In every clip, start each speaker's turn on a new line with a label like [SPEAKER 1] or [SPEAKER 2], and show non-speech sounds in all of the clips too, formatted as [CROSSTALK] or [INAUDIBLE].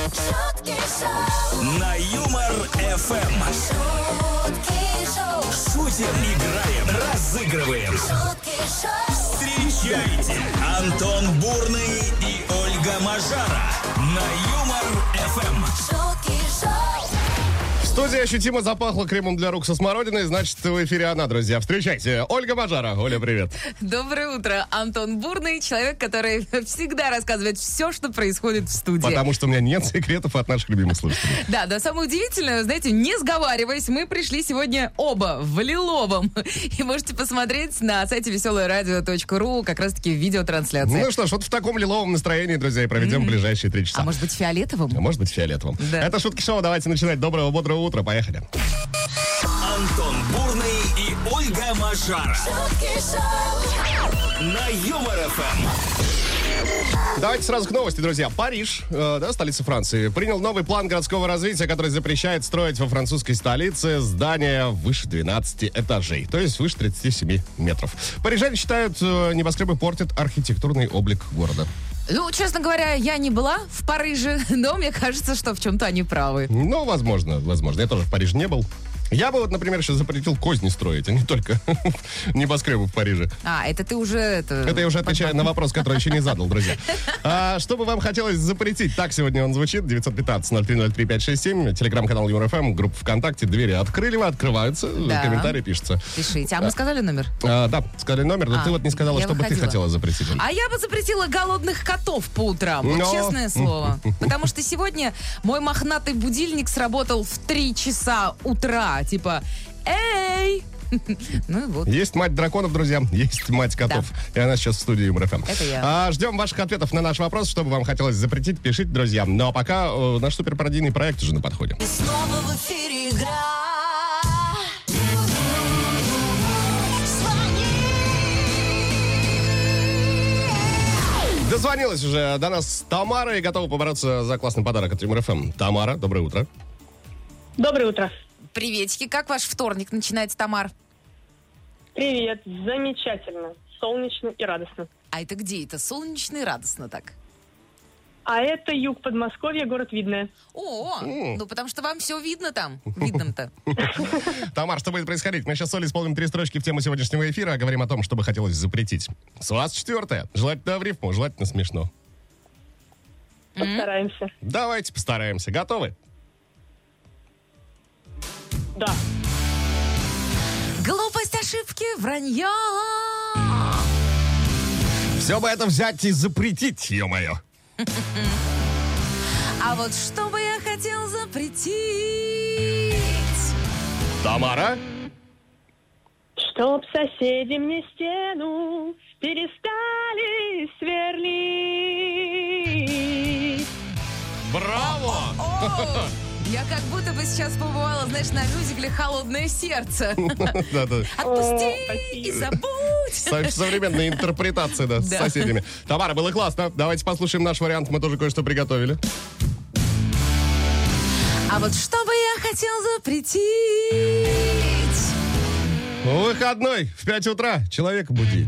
[SPEAKER 1] Шутки шоу,
[SPEAKER 2] На Юмор ФМ.
[SPEAKER 1] шутки шоу,
[SPEAKER 2] Шутим, играем, разыгрываем.
[SPEAKER 1] шутки шоу,
[SPEAKER 2] Встречайте Антон Бурный и Ольга Мажара на Юмор Эм. ФМ.
[SPEAKER 1] шутки шоу,
[SPEAKER 3] Студия ощутимо запахла кремом для рук со смородиной, значит, в эфире она, друзья. Встречайте, Ольга Мажара. Оля, привет.
[SPEAKER 4] Доброе утро, Антон Бурный, человек, который [LAUGHS] всегда рассказывает все, что происходит в студии.
[SPEAKER 3] Потому что у меня нет секретов от наших любимых слушателей.
[SPEAKER 4] Да, да, самое удивительное, знаете, не сговариваясь, мы пришли сегодня оба в Лиловом. [LAUGHS] И можете посмотреть на сайте веселоерадио.ру как раз-таки видеотрансляция.
[SPEAKER 3] Ну что ж, вот в таком лиловом настроении, друзья, и проведем ближайшие три часа.
[SPEAKER 4] а может быть
[SPEAKER 3] А
[SPEAKER 4] фиолетовым?
[SPEAKER 3] может быть, фиолетовым.
[SPEAKER 4] Да.
[SPEAKER 3] Это шутки шоу. Давайте начинать. Доброго, бодрого утра. Поехали.
[SPEAKER 2] Антон Бурный и Ольга Мажара
[SPEAKER 1] шутки шоу,
[SPEAKER 2] на Юмор Эм. ФМ.
[SPEAKER 3] Давайте сразу к новости, друзья. Париж, э, да, столица Франции, принял новый план городского развития, который запрещает строить во французской столице здания выше 12 этажей, то есть выше 37 метров. Парижане считают, э, небоскребы портят архитектурный облик города.
[SPEAKER 4] Ну, честно говоря, я не была в Париже, [LAUGHS] но мне кажется, что в чем-то они правы.
[SPEAKER 3] Ну, возможно, возможно. Я тоже в Париже не был. Я бы вот, например, еще запретил козни строить, а не только [LAUGHS] небоскребы в Париже.
[SPEAKER 4] А, это ты уже... Это,
[SPEAKER 3] Это я уже отвечаю на вопрос, который еще не задал, друзья. А, что бы вам хотелось запретить? Так сегодня он звучит. 915-0303-567. Телеграм-канал ЮРФМ, группа ВКонтакте. Двери открыли вы, открываются. э,
[SPEAKER 4] Да.
[SPEAKER 3] Комментарии пишутся.
[SPEAKER 4] Пишите. А мы сказали номер?
[SPEAKER 3] А, да, сказали номер, но
[SPEAKER 4] А,
[SPEAKER 3] ты вот не сказала,
[SPEAKER 4] я
[SPEAKER 3] что бы ты
[SPEAKER 4] выходила.
[SPEAKER 3] хотела запретить. Оль.
[SPEAKER 4] А я бы запретила голодных котов по утрам, вот
[SPEAKER 3] Но.
[SPEAKER 4] честное слово. Потому что сегодня мой мохнатый будильник сработал в 3 часа утра. Типа, эй! [LAUGHS] Ну и вот.
[SPEAKER 3] Есть мать драконов, друзья, есть мать котов. И она сейчас в студии ЮМРФМ.
[SPEAKER 4] Это я.
[SPEAKER 3] А, ждем ваших ответов на наш вопрос, что бы вам хотелось запретить, пишите, друзья. Ну а пока э, наш суперпародийный проект уже на подходе.
[SPEAKER 1] и снова в эфире игра. Звони,
[SPEAKER 3] Дозвонилась уже до нас Тамара и готова побороться за классный подарок от ЮМРФМ. Тамара, доброе утро.
[SPEAKER 5] Доброе утро.
[SPEAKER 4] Приветики, как ваш вторник начинается, Тамар?
[SPEAKER 5] Привет. Замечательно. Солнечно и радостно.
[SPEAKER 4] А это где это? Солнечно и радостно так.
[SPEAKER 5] А это юг Подмосковья, город Видное.
[SPEAKER 4] О,
[SPEAKER 3] М.
[SPEAKER 4] ну потому что вам все видно там. Видно-то.
[SPEAKER 3] Тамар, что будет происходить? Мы сейчас с Олей исполним три строчки в тему сегодняшнего эфира, а говорим о том, что бы хотелось запретить. С вас четвертое. Желательно в рифму, желательно смешно.
[SPEAKER 5] Постараемся.
[SPEAKER 3] Давайте постараемся. Готовы?
[SPEAKER 5] Да.
[SPEAKER 4] Глупость ошибки, вранье.
[SPEAKER 3] Все бы это взять и запретить, ё-моё.
[SPEAKER 4] А вот что бы я хотел запретить?
[SPEAKER 3] Тамара?
[SPEAKER 5] Чтоб соседи мне стену перестали сверлить.
[SPEAKER 3] Браво!
[SPEAKER 4] О, Я как будто бы сейчас побывала, знаешь, на мюзикле «Холодное
[SPEAKER 5] [LAUGHS]
[SPEAKER 4] сердце».
[SPEAKER 3] [LAUGHS] Да-да.
[SPEAKER 5] О,
[SPEAKER 4] Отпусти
[SPEAKER 5] спасибо.
[SPEAKER 4] и забудь.
[SPEAKER 3] Со- Современная интерпретация, да, с
[SPEAKER 4] Да.
[SPEAKER 3] соседями. Тамара, было классно. Давайте послушаем наш вариант. Мы тоже кое-что приготовили.
[SPEAKER 4] А вот что бы я хотел запретить?
[SPEAKER 3] Выходной в 5 утра. Человека буди.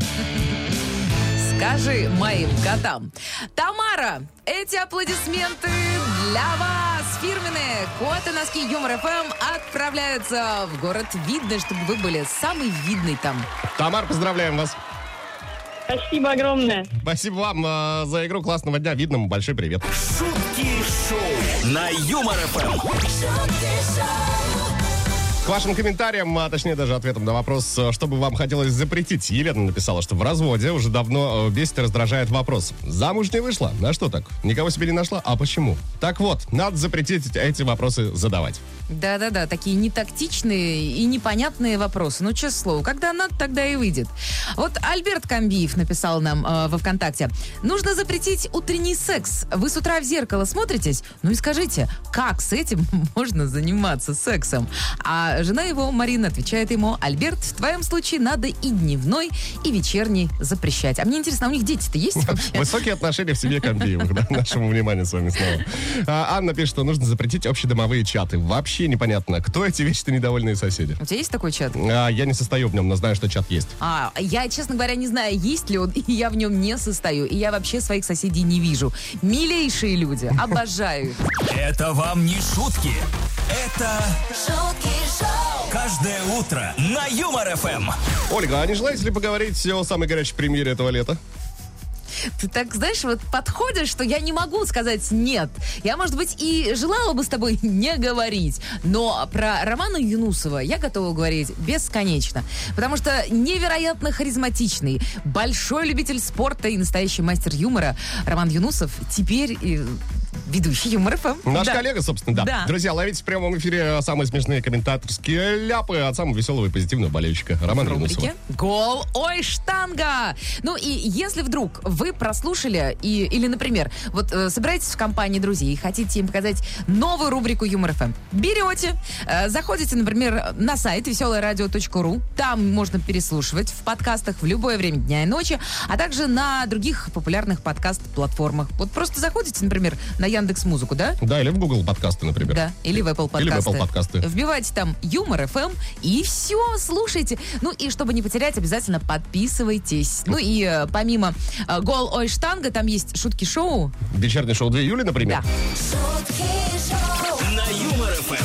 [SPEAKER 4] Скажи моим котам. Тамара, эти аплодисменты для вас. Фирменные коты носки Юмор ФМ отправляются в город Видно, чтобы вы были самый видный там.
[SPEAKER 3] Тамар, поздравляем вас.
[SPEAKER 5] Спасибо огромное.
[SPEAKER 3] Спасибо вам э, за игру. Классного дня. Видному большой привет.
[SPEAKER 2] Шутки шоу на Юмор Эм. ФМ.
[SPEAKER 1] шутки шоу,
[SPEAKER 3] К вашим комментариям, а точнее даже ответам на вопрос, э, что бы вам хотелось запретить. Елена написала, что в разводе уже давно э, бесит и раздражает вопрос. Замуж не вышла? На что так? Никого себе не нашла? А почему? Так вот, надо запретить эти вопросы задавать.
[SPEAKER 4] Да-да-да, такие нетактичные и непонятные вопросы. Ну, честное слово, когда надо, тогда и выйдет. Вот Альберт Камбиев написал нам э, во ВКонтакте. Нужно запретить утренний секс. Вы с утра в [LAUGHS] зеркало смотритесь? Ну и скажите, как с этим можно заниматься сексом? А А жена его, Марина, отвечает ему, Альберт, в твоем случае надо и дневной, и вечерний запрещать. А мне интересно, а у них дети-то есть вообще?
[SPEAKER 3] Высокие отношения в семье Камбиевых, да, нашему вниманию с вами снова. А, Анна пишет, что нужно запретить общедомовые чаты. Вообще непонятно, кто эти вечно недовольные соседи.
[SPEAKER 4] У тебя есть такой чат?
[SPEAKER 3] А, я не состою в нем, но знаю, что чат есть.
[SPEAKER 4] А, я, честно говоря, не знаю, есть ли он, и я в нем не состою. И я вообще своих соседей не вижу. Милейшие люди, обожаю их.
[SPEAKER 2] Это вам не шутки. Это
[SPEAKER 1] шутки шоу,
[SPEAKER 2] каждое утро на Юмор Эм. ФМ.
[SPEAKER 3] Ольга, а не желаете ли поговорить о самой горячей премьере этого лета?
[SPEAKER 4] Ты так, знаешь, вот подходишь, что я не могу сказать «нет». Я, может быть, и желала бы с тобой [LAUGHS] не говорить, но про Романа Юнусова я готова говорить бесконечно, потому что невероятно харизматичный, большой любитель спорта и настоящий мастер юмора Роман Юнусов теперь э, ведущий юмор ФМ.
[SPEAKER 3] Наш
[SPEAKER 4] Да.
[SPEAKER 3] коллега, собственно, да.
[SPEAKER 4] Да.
[SPEAKER 3] Друзья, ловите в прямом эфире самые смешные комментаторские ляпы от самого веселого и позитивного болельщика Романа Юнусова.
[SPEAKER 4] рубрике «Гол, ой, штанга!». Ну и если вдруг вы прослушали, и, или, например, вот э, собираетесь в компании друзей и хотите им показать новую рубрику Юмор ФМ, берете, э, заходите, например, на сайт веселорадио.ру, там можно переслушивать в подкастах в любое время дня и ночи, а также на других популярных подкаст-платформах. Вот просто заходите, например, на Яндекс Музыку, да?
[SPEAKER 3] Да, или в Google подкасты, например.
[SPEAKER 4] Да, или в Apple
[SPEAKER 3] Или в
[SPEAKER 4] подкасты.
[SPEAKER 3] Apple подкасты.
[SPEAKER 4] Вбивайте там Юмор ФМ и все, слушайте. Ну и чтобы не потерять, обязательно подписывайтесь. Ну и э, помимо э, Гол Ой Штанга, там есть шутки шоу.
[SPEAKER 3] Вечернее шоу 2 июля, например.
[SPEAKER 4] Да.
[SPEAKER 1] шутки шоу,
[SPEAKER 2] На Юмор Эм. ФМ.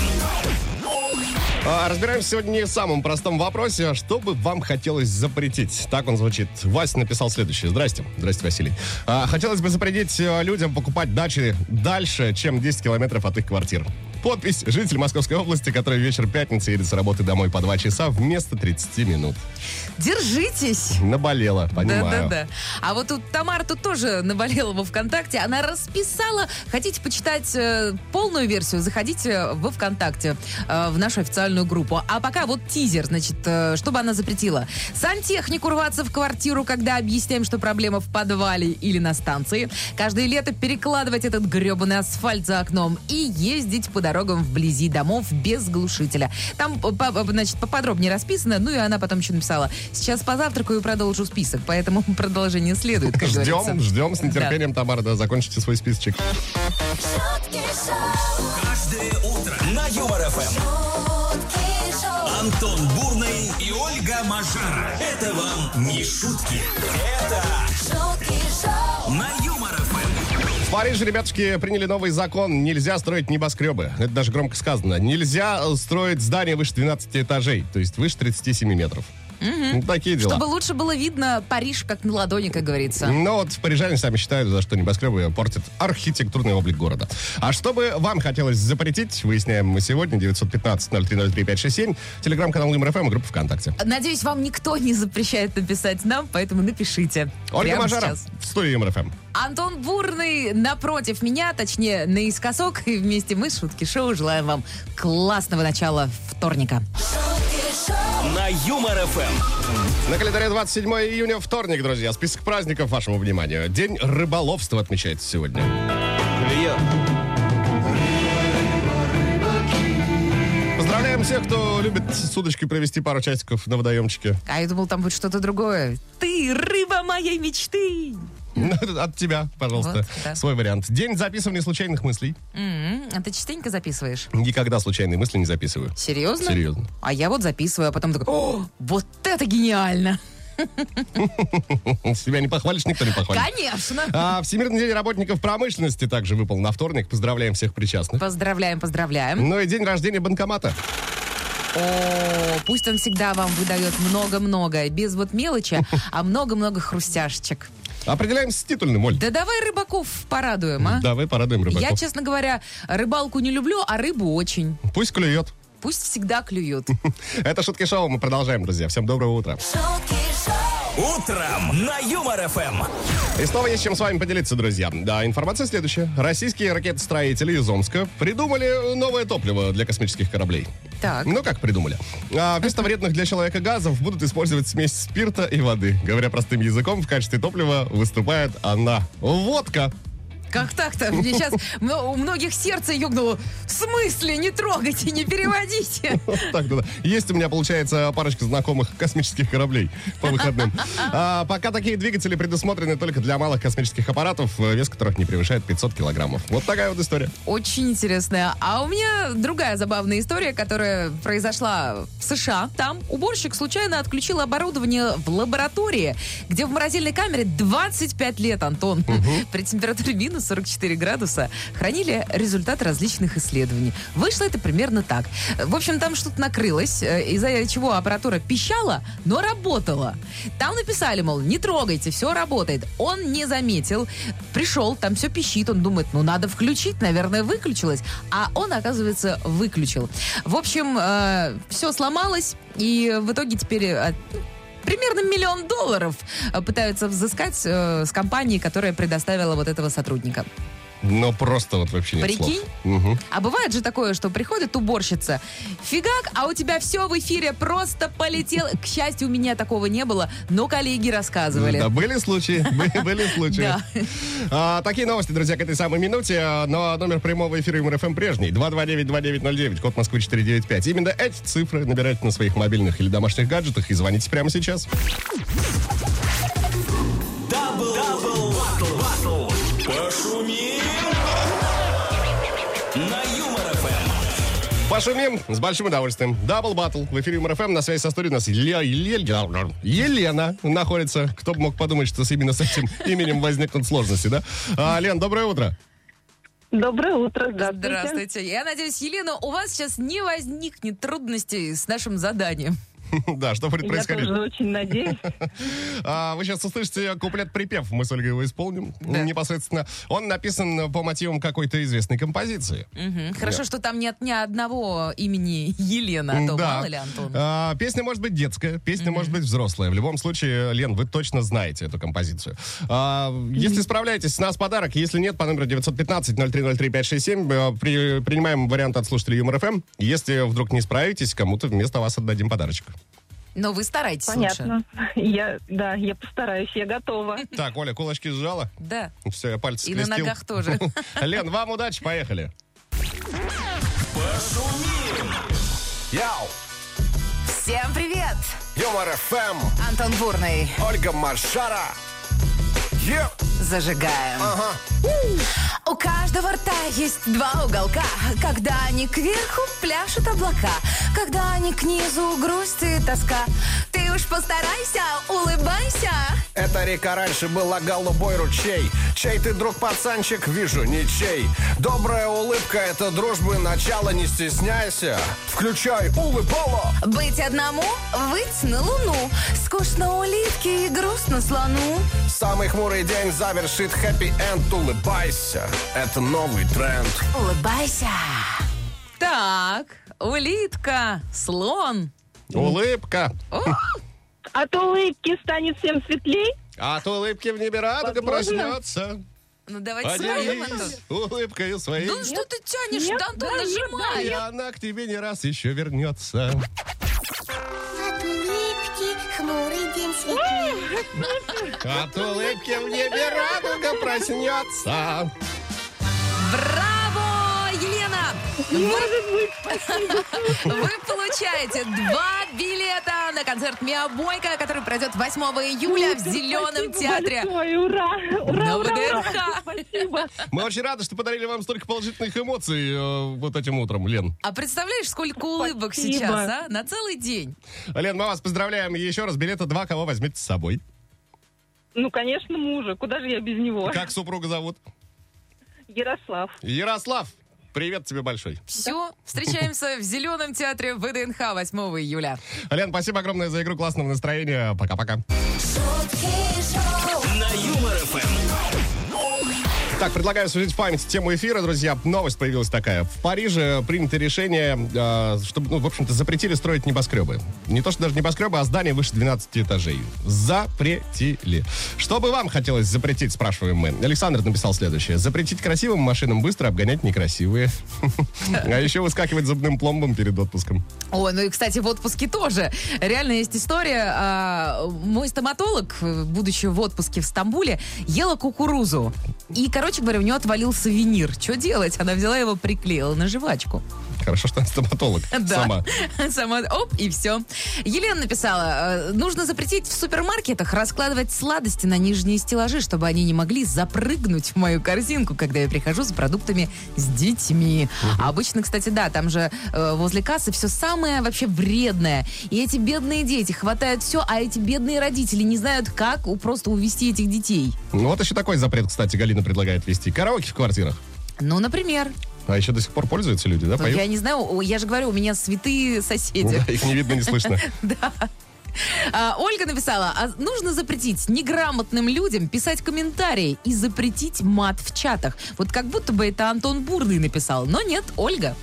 [SPEAKER 3] А, Разбираемся сегодня не в самом простом вопросе, а что бы вам хотелось запретить? Так он звучит. Вася написал следующее. Здрасте. Здрасте, Василий. А, Хотелось бы запретить э, людям покупать дачи дальше, чем 10 километров от их квартир. Подпись «Житель Московской области, который вечер пятницы едет с работы домой по 2 часа вместо 30 минут».
[SPEAKER 4] Держитесь.
[SPEAKER 3] Наболело, понимаю.
[SPEAKER 4] Да-да-да. А вот тут Тамара тут тоже наболела во ВКонтакте. Она расписала. Хотите почитать э, полную версию? Заходите во ВКонтакте, э, в нашу официальную группу. А пока вот тизер, значит, э, что бы она запретила? Сантехнику рваться в квартиру, когда объясняем, что проблема в подвале или на станции. Каждое лето перекладывать этот гребаный асфальт за окном и ездить по дорогам вблизи домов без глушителя. Там, по- по- значит, поподробнее расписано. Ну и она потом еще написала. Сейчас позавтракаю и продолжу список, поэтому [LAUGHS] продолжение следует, как
[SPEAKER 3] Ждем,
[SPEAKER 4] говорится.
[SPEAKER 3] ждем с
[SPEAKER 4] Да.
[SPEAKER 3] нетерпением, Тамара, да, закончите свой списочек.
[SPEAKER 1] шутки шоу,
[SPEAKER 2] Каждое утро на Юмор Эм. ФМ.
[SPEAKER 1] шутки шоу,
[SPEAKER 2] Антон Бурный и Ольга Мажара. Это вам не шутки. Это
[SPEAKER 1] шутки шоу,
[SPEAKER 2] на Юмор ФМ.
[SPEAKER 3] В Париже, ребятушки, приняли новый закон. Нельзя строить небоскребы. Это даже громко сказано. Нельзя э, строить здание выше 12 этажей, то есть выше 37 метров. Ну, такие дела.
[SPEAKER 4] Чтобы лучше было видно Париж, как на ладони, как говорится.
[SPEAKER 3] Но вот парижане сами считают, за что небоскребы портят архитектурный облик города. А что бы вам хотелось запретить, выясняем мы сегодня. 915-0303-567, телеграм-канал МРФМ и группа ВКонтакте.
[SPEAKER 4] Надеюсь, вам никто не запрещает написать нам, поэтому напишите.
[SPEAKER 3] Ольга
[SPEAKER 4] Прямо
[SPEAKER 3] Мажара
[SPEAKER 4] сейчас.
[SPEAKER 3] в студии Эм. МРФМ.
[SPEAKER 4] Антон Бурный напротив меня, точнее, наискосок. И вместе мы, Шутки Шоу, желаем вам классного начала вторника.
[SPEAKER 1] шутки шоу,
[SPEAKER 2] На Юмор ФМ.
[SPEAKER 3] На календаре 27 июня, вторник, друзья. Список праздников вашему вниманию. День рыболовства отмечается сегодня. Поздравляем всех, кто любит с удочкой провести пару часиков на водоемчике.
[SPEAKER 4] А я думал, там будет что-то другое. Ты рыба моей мечты.
[SPEAKER 3] Ну, это От тебя, пожалуйста,
[SPEAKER 4] Вот, да.
[SPEAKER 3] свой вариант. День записывания случайных мыслей.
[SPEAKER 4] М, А ты частенько записываешь?
[SPEAKER 3] Никогда случайные мысли не записываю. [LAUGHS]
[SPEAKER 4] Серьезно?
[SPEAKER 3] Серьезно.
[SPEAKER 4] А я вот записываю, а потом такой, о, вот это гениально.
[SPEAKER 3] Себя не похвалишь, никто не похвалит.
[SPEAKER 4] Конечно.
[SPEAKER 3] А Всемирный день работников промышленности также выпал на вторник. Поздравляем всех причастных.
[SPEAKER 4] Поздравляем, поздравляем.
[SPEAKER 3] Ну и день рождения банкомата.
[SPEAKER 4] О, пусть он всегда вам выдает много-много, без вот мелочи, а много-много хрустяшечек.
[SPEAKER 3] Определяем с титульным, Оль.
[SPEAKER 4] Да давай рыбаков порадуем, а?
[SPEAKER 3] Давай порадуем
[SPEAKER 4] Я,
[SPEAKER 3] рыбаков.
[SPEAKER 4] честно говоря, рыбалку не люблю, а рыбу очень.
[SPEAKER 3] Пусть клюет. [LAUGHS]
[SPEAKER 4] Пусть всегда клюют.
[SPEAKER 3] Это шутки шоу. Мы продолжаем, друзья. Всем доброго утра.
[SPEAKER 1] шутки шоу,
[SPEAKER 2] Утром на Юмор ФМ.
[SPEAKER 3] И снова есть чем с вами поделиться, друзья. Да, информация следующая. Российские ракетостроители из Омска придумали новое топливо для космических кораблей.
[SPEAKER 4] Так.
[SPEAKER 3] Ну, как придумали? А, вместо вредных для человека газов будут использовать смесь спирта и воды. Говоря простым языком, в качестве топлива выступает она. Водка.
[SPEAKER 4] Как так-то? Мне сейчас у многих сердце ёкнуло. В смысле? Не трогайте, не переводите.
[SPEAKER 3] Так, да, да. Есть у меня, получается, парочка знакомых космических кораблей по
[SPEAKER 4] [LAUGHS]
[SPEAKER 3] выходным. А, пока такие двигатели предусмотрены только для малых космических аппаратов, э, вес которых не превышает 500 килограммов. Вот такая вот история.
[SPEAKER 4] Очень интересная. А у меня другая забавная история, которая произошла в США. Там уборщик случайно отключил оборудование в лаборатории, где в морозильной камере 25 лет, Антон, [LAUGHS] при температуре минус 44 градуса хранили результаты различных исследований. Вышло это примерно так. В общем, там что-то накрылось, э, из-за чего аппаратура пищала, но работала. Там написали, мол, не трогайте, все работает. Он не заметил, пришел, там все пищит, он думает, ну надо включить, наверное, выключилось. А он, оказывается, выключил. В общем, все сломалось, и в итоге теперь... э, ну, Примерно миллион долларов э, пытаются взыскать э, с компании, которая предоставила вот этого сотрудника.
[SPEAKER 3] Но просто вот вообще нет
[SPEAKER 4] Прикинь?
[SPEAKER 3] слов. Мгм.
[SPEAKER 4] А бывает же такое, что приходит уборщица, фигак, а у тебя все в эфире просто полетело. К счастью, у меня такого не было, но коллеги рассказывали.
[SPEAKER 3] Да, были
[SPEAKER 4] [LAUGHS]
[SPEAKER 3] случаи, были, были случаи.
[SPEAKER 4] Да.
[SPEAKER 3] А, такие новости, друзья, к этой самой минуте. А, Но номер прямого эфира МРФМ прежний. 229-2909, код Москвы 495. Именно эти цифры набирайте на своих мобильных или домашних гаджетах и звоните прямо сейчас.
[SPEAKER 2] Дабл, дабл, батл, батл. Пошумим на Юмор ФМ.
[SPEAKER 3] Пошумим с большим удовольствием. Дабл Баттл в эфире МРФМ. На связи со студией у нас Еле- Еле- Елена находится. Кто бы мог подумать, что с- именно с этим [LAUGHS] именем возникнут сложности, да? А, Лен, доброе утро. [LAUGHS]
[SPEAKER 5] Доброе утро, здравствуйте.
[SPEAKER 4] Здравствуйте. Я надеюсь, Елена, у вас сейчас не возникнет трудностей с нашим заданием.
[SPEAKER 3] Да, что будет
[SPEAKER 5] Я
[SPEAKER 3] происходить?
[SPEAKER 5] тоже очень надеюсь.
[SPEAKER 3] А, Вы сейчас услышите куплет-припев, мы с Ольгой его исполним
[SPEAKER 4] Да.
[SPEAKER 3] непосредственно. Он написан по мотивам какой-то известной композиции.
[SPEAKER 4] Мгм. Хорошо, что там нет ни одного имени Елена, а то мало ли Антон.
[SPEAKER 3] А, песня может быть детская, песня может быть взрослая. В любом случае, Лен, вы точно знаете эту композицию. А, если справляетесь, с нас подарок. Если нет, по номеру 915-0303-567 э, при- принимаем вариант от слушателей Юмор ФМ. Если вдруг не справитесь, кому-то вместо вас отдадим подарочек.
[SPEAKER 4] Но вы старайтесь лучше.
[SPEAKER 5] Понятно. Я, да, я постараюсь, я готова.
[SPEAKER 3] Так, Оля, кулачки сжала.
[SPEAKER 4] Да.
[SPEAKER 3] Все, я пальцы
[SPEAKER 4] И на
[SPEAKER 3] скрестил.
[SPEAKER 4] ногах тоже.
[SPEAKER 3] [LAUGHS] Лен, вам удачи, поехали.
[SPEAKER 6] Яу!
[SPEAKER 7] Всем привет!
[SPEAKER 6] Юмор ФМ,
[SPEAKER 7] Антон Бурный.
[SPEAKER 6] Ольга Маршара. Е!
[SPEAKER 7] Зажигаем. У каждого рта есть два уголка. Когда они кверху пляшут облака, когда они к низу грусть и тоска. Ты уж постарайся, улыбайся.
[SPEAKER 6] Эта река раньше была голубой ручей. Чей ты друг, пацанчик, вижу, ничей. Добрая улыбка — это дружбы начало, не стесняйся. Включай улыбало.
[SPEAKER 7] Быть одному, выть на луну. Скучно улитке и грустно слону.
[SPEAKER 6] Самый хмурый день завершит хэппи-энд. Улыбайся, это новый тренд.
[SPEAKER 7] Улыбайся.
[SPEAKER 4] Так, улитка, слон.
[SPEAKER 3] Улыбка.
[SPEAKER 5] От улыбки станет всем светлей.
[SPEAKER 3] А От улыбки в небе радуга
[SPEAKER 5] Возможно.
[SPEAKER 3] проснется.
[SPEAKER 4] Ну давайте споем, Антон.
[SPEAKER 3] Поделись улыбкой своей.
[SPEAKER 4] Да ну что ты тянешь,
[SPEAKER 5] Нет,
[SPEAKER 4] да, Антон,
[SPEAKER 5] да, нет,
[SPEAKER 4] нажимай.
[SPEAKER 3] И она к тебе не раз еще вернется.
[SPEAKER 8] От улыбки хмурый день светлее.
[SPEAKER 3] От улыбки в небе радуга проснется.
[SPEAKER 4] Браво, Елена! Вы, Вы получаете два билета на концерт Миа Бойко, который пройдет 8 июля в Зеленом
[SPEAKER 5] Спасибо
[SPEAKER 4] театре.
[SPEAKER 5] большое, ура! Ура,
[SPEAKER 4] На
[SPEAKER 5] ура, ура!
[SPEAKER 4] ВДНХ.
[SPEAKER 5] Спасибо.
[SPEAKER 3] Мы очень рады, что подарили вам столько положительных эмоций э, вот этим утром, Лен.
[SPEAKER 4] А представляешь, сколько улыбок
[SPEAKER 5] Спасибо.
[SPEAKER 4] сейчас, а? На целый день.
[SPEAKER 3] Лен, мы вас поздравляем еще раз. Билета два, кого возьмете с собой?
[SPEAKER 5] Ну, конечно, мужа. Куда же я без него?
[SPEAKER 3] Как супруга зовут?
[SPEAKER 5] Ярослав.
[SPEAKER 3] Ярослав. Привет тебе большой.
[SPEAKER 4] Все, встречаемся в Зеленом театре ВДНХ 8 июля.
[SPEAKER 3] Лен, спасибо огромное за игру, классного настроения. Пока-пока.
[SPEAKER 1] шутки шоу,
[SPEAKER 2] На Юмор ФМ.
[SPEAKER 3] Так, предлагаю освежить в память тему эфира, друзья. Новость появилась такая. В Париже принято решение, э, чтобы, ну, в общем-то, запретили строить небоскребы. Не то, что даже небоскребы, а здания выше 12 этажей. Запретили. Что бы вам хотелось запретить, спрашиваем мы. Александр написал следующее. Запретить красивым машинам быстро обгонять некрасивые. [LAUGHS] А еще выскакивать зубным пломбом перед отпуском.
[SPEAKER 4] О, ну и, кстати, в отпуске тоже. Реально есть история. А, Мой стоматолог, э, будучи в отпуске в Стамбуле, ела кукурузу. И, Короче говоря, у нее отвалился винир. Что делать? Она взяла его, приклеила на жвачку.
[SPEAKER 9] Хорошо, что она стоматолог
[SPEAKER 4] Да.
[SPEAKER 9] сама.
[SPEAKER 4] [LAUGHS] Сама. Оп, и все. Елена написала, э, нужно запретить в супермаркетах раскладывать сладости на нижние стеллажи, чтобы они не могли запрыгнуть в мою корзинку, когда я прихожу с продуктами с детьми. А обычно, кстати, да, там же э, возле кассы все самое вообще вредное. И эти бедные дети хватают все, а эти бедные родители не знают, как у- просто увести этих детей.
[SPEAKER 9] Ну, вот еще такой запрет, кстати, Галина предлагает вести. Караоке в квартирах.
[SPEAKER 4] Ну, например,
[SPEAKER 9] А еще до сих пор пользуются люди, да,
[SPEAKER 4] вот
[SPEAKER 9] поют?
[SPEAKER 4] я не знаю, о, я же говорю, у меня святые
[SPEAKER 9] Ну
[SPEAKER 4] соседи.
[SPEAKER 9] да, их не видно, не слышно.
[SPEAKER 4] [LAUGHS] А, Ольга написала, а нужно запретить неграмотным людям писать комментарии и запретить мат в чатах. Вот как будто бы это Антон Бурный написал, но нет, Ольга.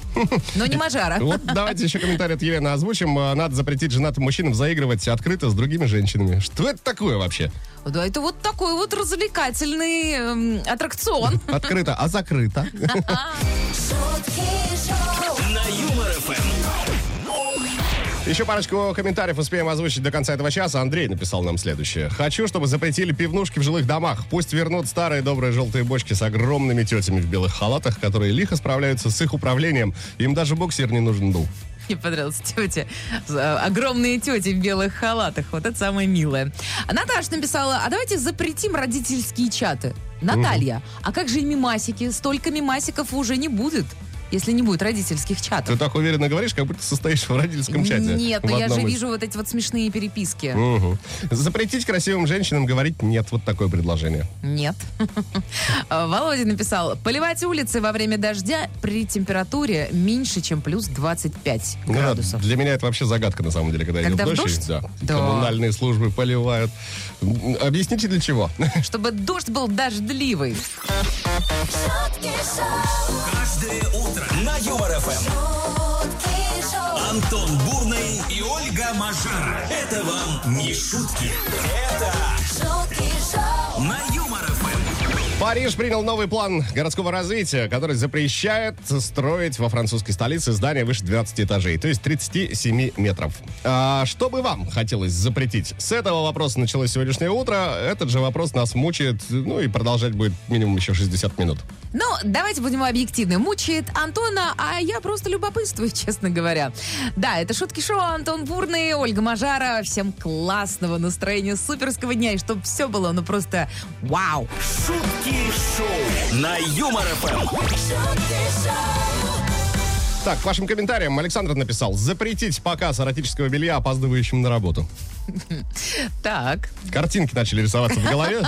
[SPEAKER 4] Но не Мажара.
[SPEAKER 9] Вот давайте еще комментарий от Елены озвучим. А, Надо запретить женатым мужчинам заигрывать открыто с другими женщинами. Что это такое вообще?
[SPEAKER 4] Да, это вот такой вот развлекательный эм, аттракцион.
[SPEAKER 9] Открыто, а закрыто.
[SPEAKER 1] шутки шоу,
[SPEAKER 2] На Юмор ФМ.
[SPEAKER 9] Еще парочку комментариев успеем озвучить до конца этого часа. Андрей написал нам следующее. Хочу, чтобы запретили пивнушки в жилых домах. Пусть вернут старые добрые желтые бочки с огромными тетями в белых халатах, которые лихо справляются с их управлением. Им даже боксер не нужен был.
[SPEAKER 4] Мне понравилась тетя. Э, Огромные тети в белых халатах. Вот это самое милое. А Наташа написала, а давайте запретим родительские чаты. Наталья, а как же мимасики? Столько мимасиков уже не будет, если не будет родительских чатов.
[SPEAKER 9] Ты так уверенно говоришь, как будто состоишь в родительском чате.
[SPEAKER 4] Нет,
[SPEAKER 9] В
[SPEAKER 4] но я
[SPEAKER 9] одном
[SPEAKER 4] же
[SPEAKER 9] из.
[SPEAKER 4] вижу вот эти вот смешные переписки.
[SPEAKER 9] Мгм. Запретить красивым женщинам говорить «нет». Вот такое предложение.
[SPEAKER 4] Нет. [LAUGHS] А, Володя написал, поливать улицы во время дождя при температуре меньше, чем плюс 25
[SPEAKER 9] Ну да,
[SPEAKER 4] градусов.
[SPEAKER 9] для меня это вообще загадка, на самом деле, когда,
[SPEAKER 4] Когда
[SPEAKER 9] идет
[SPEAKER 4] в
[SPEAKER 9] дождь,
[SPEAKER 4] дождь?
[SPEAKER 9] и- да, и
[SPEAKER 4] Да.
[SPEAKER 9] коммунальные службы поливают. М, Объясните, для чего?
[SPEAKER 4] Чтобы дождь был дождливый.
[SPEAKER 1] шутки шоу,
[SPEAKER 2] Каждое утро на Юмор ФМ.
[SPEAKER 1] шутки шоу,
[SPEAKER 2] Антон Бурный и Ольга Мажара. Это вам не шутки. Это
[SPEAKER 1] шутки шоу,
[SPEAKER 2] на Юмор ФМ.
[SPEAKER 9] Париж принял новый план городского развития, который запрещает строить во французской столице здания выше 12 этажей, то есть 37 метров. А что бы вам хотелось запретить? С этого вопроса началось сегодняшнее утро. Этот же вопрос нас мучает, ну и продолжать будет минимум еще 60 минут.
[SPEAKER 4] Ну, давайте будем объективны. Мучает Антона, а я просто любопытствую, [LAUGHS] честно говоря. Да, это шутки-шоу Антон Бурный, Ольга Мажара. Всем классного настроения, суперского дня, и чтобы все было, ну просто вау.
[SPEAKER 2] Шутки шоу на Юмор ФМ.
[SPEAKER 1] шутки шоу,
[SPEAKER 9] Так, к вашим комментариям Александр написал «Запретить показ эротического белья опаздывающим на работу».
[SPEAKER 4] Так.
[SPEAKER 9] Картинки начали рисоваться в голове.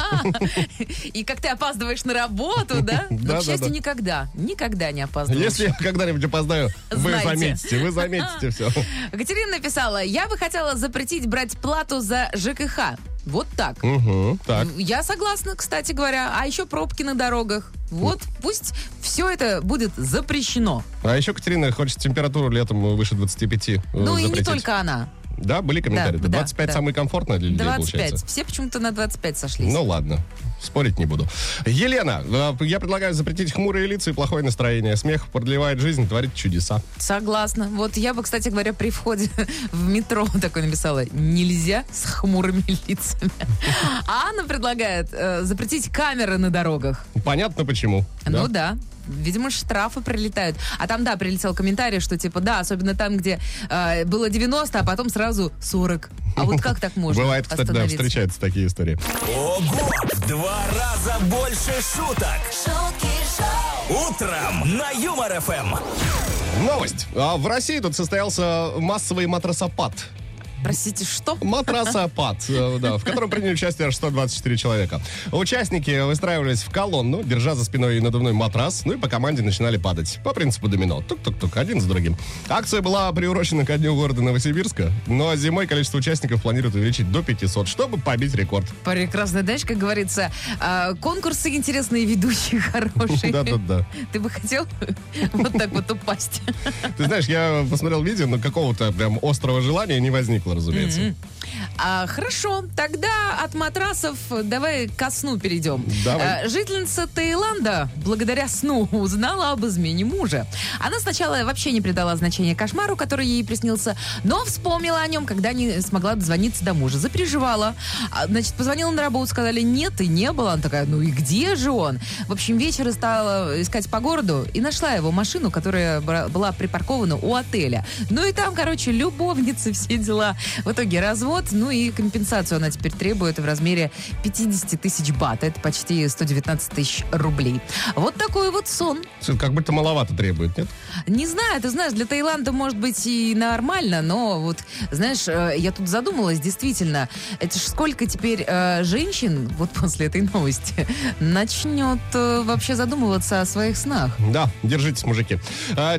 [SPEAKER 4] [LAUGHS] И как ты опаздываешь на работу, да? [LAUGHS] Но,
[SPEAKER 9] Да-да-да.
[SPEAKER 4] к счастью, никогда, никогда не опаздываешь.
[SPEAKER 9] Если я когда-нибудь опоздаю, вы
[SPEAKER 4] Знаете.
[SPEAKER 9] заметите, вы
[SPEAKER 4] [LAUGHS]
[SPEAKER 9] заметите все.
[SPEAKER 4] Катерина написала, я бы хотела запретить брать плату за ЖКХ. Вот так. Ну,
[SPEAKER 9] Угу, так.
[SPEAKER 4] Я согласна, кстати говоря. А еще пробки на дорогах. Вот, пусть все это будет запрещено.
[SPEAKER 9] А еще Катерина хочет температуру летом выше 25 э,
[SPEAKER 4] ну и не
[SPEAKER 9] запретить.
[SPEAKER 4] только она.
[SPEAKER 9] Да, были комментарии?
[SPEAKER 4] Да,
[SPEAKER 9] Да,
[SPEAKER 4] да,
[SPEAKER 9] 25
[SPEAKER 4] да.
[SPEAKER 9] самые комфортные для людей,
[SPEAKER 4] 25.
[SPEAKER 9] получается.
[SPEAKER 4] Все почему-то на 25 сошлись.
[SPEAKER 9] Ну ладно, спорить не буду. Елена, э, я предлагаю запретить хмурые лица и плохое настроение. Смех продлевает жизнь, творит чудеса.
[SPEAKER 4] Согласна. Вот я бы, кстати говоря, при входе [LAUGHS] в метро такой написала, нельзя с хмурыми [LAUGHS] лицами. А Анна предлагает э, запретить камеры на дорогах.
[SPEAKER 9] Понятно почему.
[SPEAKER 4] Ну да. Видимо, штрафы прилетают. А там, да, прилетел комментарий, что типа, да, особенно там, где э, было 90, а потом сразу 40. А вот как так можно
[SPEAKER 9] Бывает, кстати, да,
[SPEAKER 4] остановиться?
[SPEAKER 9] встречаются такие истории.
[SPEAKER 2] Ого! В два раза больше шуток.
[SPEAKER 1] шутки шоу,
[SPEAKER 2] Утром на Юмор ФМ.
[SPEAKER 9] Новость. А в России тут состоялся массовый матросопад.
[SPEAKER 4] Простите, что?
[SPEAKER 9] Матросопад, э, да, в котором приняли участие аж 124 человека. Участники выстраивались в колонну, держа за спиной надувной матрас, ну и по команде начинали падать. По принципу домино. Тук-тук-тук, один за другим. Акция была приурочена ко дню города Новосибирска, но зимой количество участников планируют увеличить до 500, чтобы побить рекорд.
[SPEAKER 4] Прекрасно. Дальше, как говорится, э, конкурсы интересные, ведущие хорошие.
[SPEAKER 9] Да-да-да.
[SPEAKER 4] Ты бы хотел вот так вот упасть?
[SPEAKER 9] Ты знаешь, я посмотрел видео, но какого-то прям острого желания не возникло.
[SPEAKER 3] смысла, разумеется.
[SPEAKER 4] А, хорошо, тогда от матрасов давай ко сну перейдем.
[SPEAKER 3] Давай.
[SPEAKER 4] Э, Жительница Таиланда благодаря сну узнала об измене мужа. Она сначала вообще не придала значения кошмару, который ей приснился, но вспомнила о нем, когда не смогла дозвониться до мужа. Запереживала. А, Значит, позвонила на работу, сказали, нет, и не было. Она такая, ну и где же он? В общем, вечер стала искать по городу и нашла его машину, которая бра- была припаркована у отеля. Ну и там, короче, любовницы, все дела. В итоге развод, ну и компенсацию она теперь требует в размере 50 тысяч бат. Это почти 119 тысяч рублей. Вот такой вот сон.
[SPEAKER 3] Слушай, Как будто маловато требует, нет?
[SPEAKER 4] Не знаю, ты знаешь, для Таиланда может быть и нормально, но вот, знаешь, э, я тут задумалась, действительно, это ж сколько теперь э, женщин вот после этой новости начнет э, вообще задумываться о своих снах.
[SPEAKER 3] Да, держитесь, мужики.
[SPEAKER 9] Э,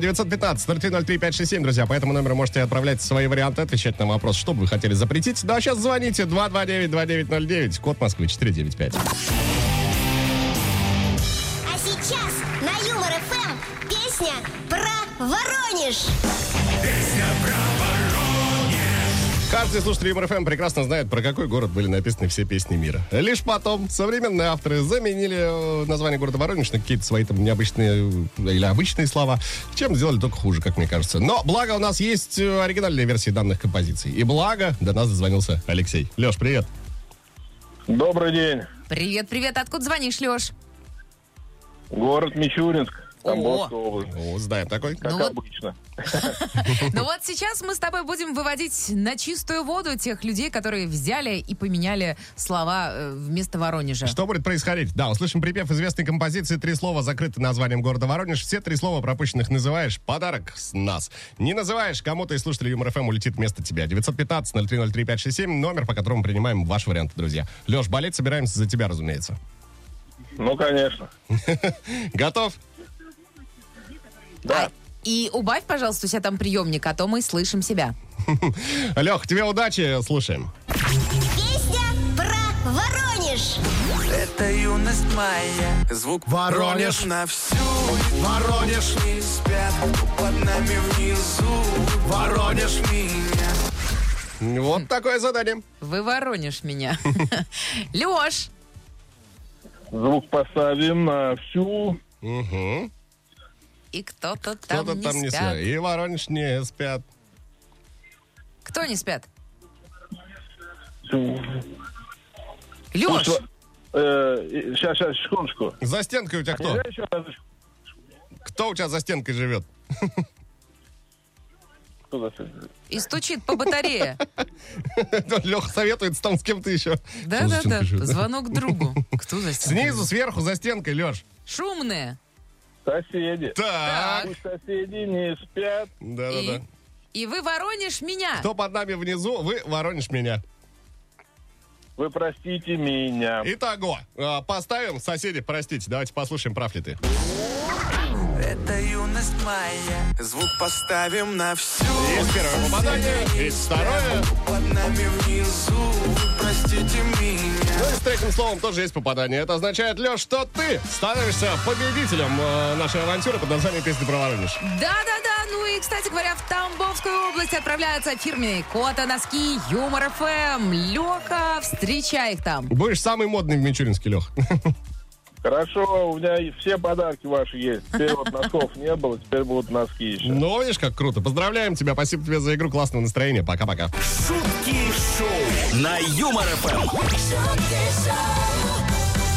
[SPEAKER 3] А, 915-0303-567, друзья. По этому номеру можете отправлять свои варианты, отвечать на вопрос, что бы вы хотели запретить.
[SPEAKER 9] Ну, а
[SPEAKER 3] Да, сейчас звоните 229-2909, код Москвы 495.
[SPEAKER 8] А сейчас на Юмор ФМ песня про Воронеж.
[SPEAKER 3] Каждый слушатель Юмор ФМ прекрасно знает, про какой город были написаны все песни мира. Лишь потом современные авторы заменили э, название города Воронеж на какие-то свои там необычные э, или обычные слова, чем сделали только хуже, как мне кажется. Но благо у нас есть э, оригинальные версии данных композиций. И благо до нас дозвонился Алексей. Леш, привет.
[SPEAKER 10] Добрый день.
[SPEAKER 4] Привет, привет, откуда звонишь, Леш?
[SPEAKER 10] Город Мичуринск, Тамбовская
[SPEAKER 4] О.
[SPEAKER 10] область.
[SPEAKER 3] О, знаем такой.
[SPEAKER 10] Как
[SPEAKER 4] Ну вот-
[SPEAKER 10] обычно.
[SPEAKER 4] Ну вот сейчас мы с тобой будем выводить на чистую воду тех людей, которые взяли и поменяли слова э, вместо Воронежа.
[SPEAKER 3] Что будет происходить? Да, услышим припев известной композиции. Три слова закрыты названием города Воронеж. Все три слова пропущенных называешь. Подарок с нас. Не называешь, кому-то из слушателей Юмор ФМ улетит вместо тебя. 915-0303-567, номер, по которому принимаем ваш вариант, друзья. Леш, болеть собираемся за тебя, разумеется.
[SPEAKER 10] Ну, конечно.
[SPEAKER 3] Готов? А-
[SPEAKER 10] Да.
[SPEAKER 4] И убавь, пожалуйста, у себя там приемник, а то мы слышим себя.
[SPEAKER 3] Лех, тебе удачи, слушаем.
[SPEAKER 8] Песня про Воронеж.
[SPEAKER 9] Это юность моя Звук
[SPEAKER 6] Воронеж.
[SPEAKER 9] на всю
[SPEAKER 6] Воронеж,
[SPEAKER 9] Не спят под нами внизу
[SPEAKER 6] Воронеж.
[SPEAKER 9] меня
[SPEAKER 3] Вот такое задание.
[SPEAKER 4] Вы воронишь меня. [LAUGHS] Леш,
[SPEAKER 10] Звук поставим на всю.
[SPEAKER 3] Угу.
[SPEAKER 4] и кто-то там,
[SPEAKER 3] Кто-то
[SPEAKER 4] не,
[SPEAKER 3] там не
[SPEAKER 4] спят.
[SPEAKER 3] спят. И Воронеж не спят.
[SPEAKER 4] Кто не спят?
[SPEAKER 10] всю.
[SPEAKER 4] Леш,
[SPEAKER 10] э, Сейчас, сейчас, секундочку.
[SPEAKER 3] За стенкой у тебя кто?
[SPEAKER 10] Нельзя еще разочку?
[SPEAKER 3] Кто у тебя за стенкой живет? [LAUGHS]
[SPEAKER 10] Что за-
[SPEAKER 4] и стучит по батарее.
[SPEAKER 3] Леха советуется там с кем-то еще. [LAUGHS] Кто за
[SPEAKER 4] Да-да-да,
[SPEAKER 3] стенкой живет?
[SPEAKER 4] звонок другу. Кто за стенкой?
[SPEAKER 3] Снизу, сверху, за стенкой, Леш.
[SPEAKER 4] Шумные.
[SPEAKER 10] Соседи.
[SPEAKER 3] Так.
[SPEAKER 10] Пусть соседи не спят.
[SPEAKER 3] Да-да-да.
[SPEAKER 4] И- И вы воронишь меня.
[SPEAKER 3] Кто под нами внизу, вы воронишь меня.
[SPEAKER 10] Вы простите меня.
[SPEAKER 3] Итого, э, поставим соседи, простите. Давайте послушаем, прав ли ты.
[SPEAKER 9] Это юность моя Звук поставим на всю
[SPEAKER 3] Есть первое попадание, есть второе.
[SPEAKER 9] Под нами внизу Простите меня
[SPEAKER 3] Ну и с третьим словом тоже есть попадание. Это означает, Леш, что ты становишься победителем э, нашей авантюры под названием «Песни про Воронеж».
[SPEAKER 4] Да-да-да, ну и, кстати говоря, в Тамбовскую область отправляются фирменные кота, носки, юмор ФМ. Леха, встречай их там.
[SPEAKER 3] Будешь самый модный в Мичуринске, Лех.
[SPEAKER 10] Хорошо, у меня и все подарки ваши есть. Теперь вот носков не было, теперь будут носки
[SPEAKER 3] [LAUGHS]
[SPEAKER 10] еще.
[SPEAKER 3] Ну, видишь, как круто. Поздравляем тебя, спасибо тебе за игру, классного настроения. Пока-пока.
[SPEAKER 2] Шутки шоу на Юмор ФМ.
[SPEAKER 1] шутки шоу,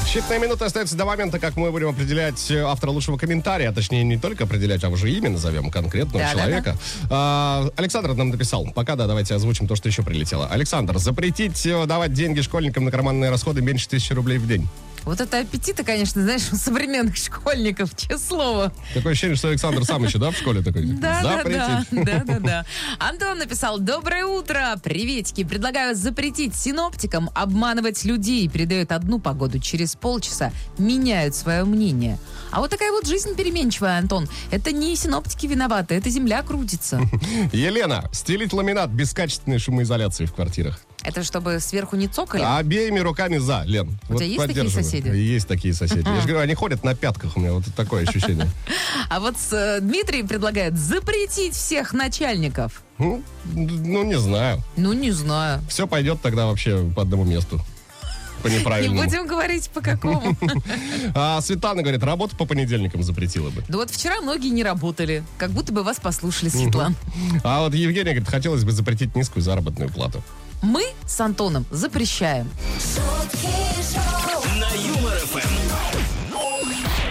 [SPEAKER 3] Считанные минуты остаются до момента, как мы будем определять э, автора лучшего комментария. А Точнее, не только определять, а уже имя назовем конкретного
[SPEAKER 4] Да, да,
[SPEAKER 3] человека. А, Александр нам написал. Пока, да, давайте озвучим то, что еще прилетело. Александр, запретить э, давать деньги школьникам на карманные расходы меньше тысячи рублей в день.
[SPEAKER 4] Вот это аппетиты, конечно, знаешь, у современных школьников, честное слово.
[SPEAKER 3] Такое ощущение, что Александр сам еще, да, в школе такой?
[SPEAKER 4] Да, да, да,
[SPEAKER 3] Запретить.
[SPEAKER 4] да, да, да. Антон написал, доброе утро, приветики. Предлагаю запретить синоптикам обманывать людей. Передают одну погоду, через полчаса меняют свое мнение. А вот такая вот жизнь переменчивая, Антон. Это не синоптики виноваты, это земля крутится.
[SPEAKER 3] Елена, стелить ламинат без качественной шумоизоляции в квартирах.
[SPEAKER 4] Это чтобы сверху не цокали?
[SPEAKER 3] Обеими руками за, Лен.
[SPEAKER 4] У тебя есть такие
[SPEAKER 3] поддерживаю.
[SPEAKER 4] соседи?
[SPEAKER 3] Есть такие соседи. Я же говорю, они ходят на пятках у меня, вот такое ощущение.
[SPEAKER 4] А вот э, Дмитрий предлагает запретить всех начальников.
[SPEAKER 3] Ну, ну, не знаю.
[SPEAKER 4] Ну, не знаю.
[SPEAKER 3] Все пойдет тогда вообще по одному месту. По
[SPEAKER 4] Не
[SPEAKER 3] неправильному.
[SPEAKER 4] будем говорить, по какому.
[SPEAKER 3] А Светлана говорит, работу по понедельникам запретила бы.
[SPEAKER 4] Да вот вчера многие не работали. Как будто бы вас послушали, Светлана.
[SPEAKER 3] А вот Евгения говорит, хотелось бы запретить низкую заработную плату.
[SPEAKER 4] Мы с Антоном запрещаем.
[SPEAKER 2] На Юмор ФМ.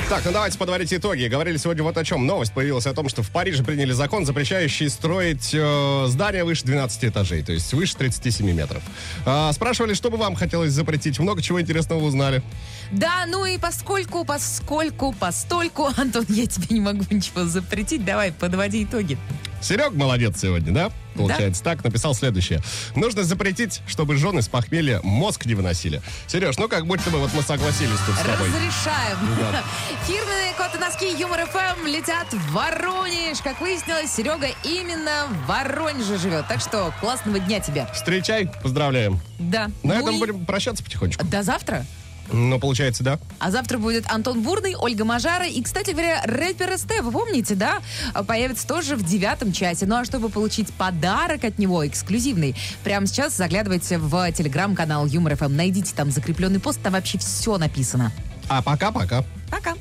[SPEAKER 3] Так, ну давайте подводить итоги. Говорили сегодня вот о чем. Новость появилась о том, что в Париже приняли закон, запрещающий строить э, здания выше 12 этажей, то есть выше 37 метров. А, спрашивали, что бы вам хотелось запретить. Много чего интересного узнали.
[SPEAKER 4] Да, ну и поскольку, поскольку, постольку, [LAUGHS] Антон, я тебе не могу ничего запретить, давай, подводи итоги.
[SPEAKER 3] Серег молодец сегодня, да? Получается так, написал следующее. Нужно запретить, чтобы жены с похмелья мозг не выносили. Сереж, ну как будто бы вот мы согласились тут с тобой.
[SPEAKER 4] Разрешаем.
[SPEAKER 3] Ну Да.
[SPEAKER 4] [LAUGHS] Фирменные коты носки Юмор ФМ летят в Воронеж. Как выяснилось, Серега именно в Воронеже живет. Так что классного дня тебе.
[SPEAKER 3] Встречай, поздравляем.
[SPEAKER 4] Да.
[SPEAKER 3] На
[SPEAKER 4] Ну
[SPEAKER 3] этом
[SPEAKER 4] и
[SPEAKER 3] будем прощаться потихонечку.
[SPEAKER 4] До завтра.
[SPEAKER 3] Ну, получается, да?
[SPEAKER 4] А завтра будет Антон Бурный, Ольга Мажара и, кстати говоря, рэпер СТ, вы помните, да? А, Появится тоже в девятом часе. Ну а чтобы получить подарок от него, эксклюзивный, прямо сейчас заглядывайте в телеграм-канал Юмор ФМ. Найдите там закрепленный пост, там вообще все написано.
[SPEAKER 3] А пока-пока.
[SPEAKER 4] Пока.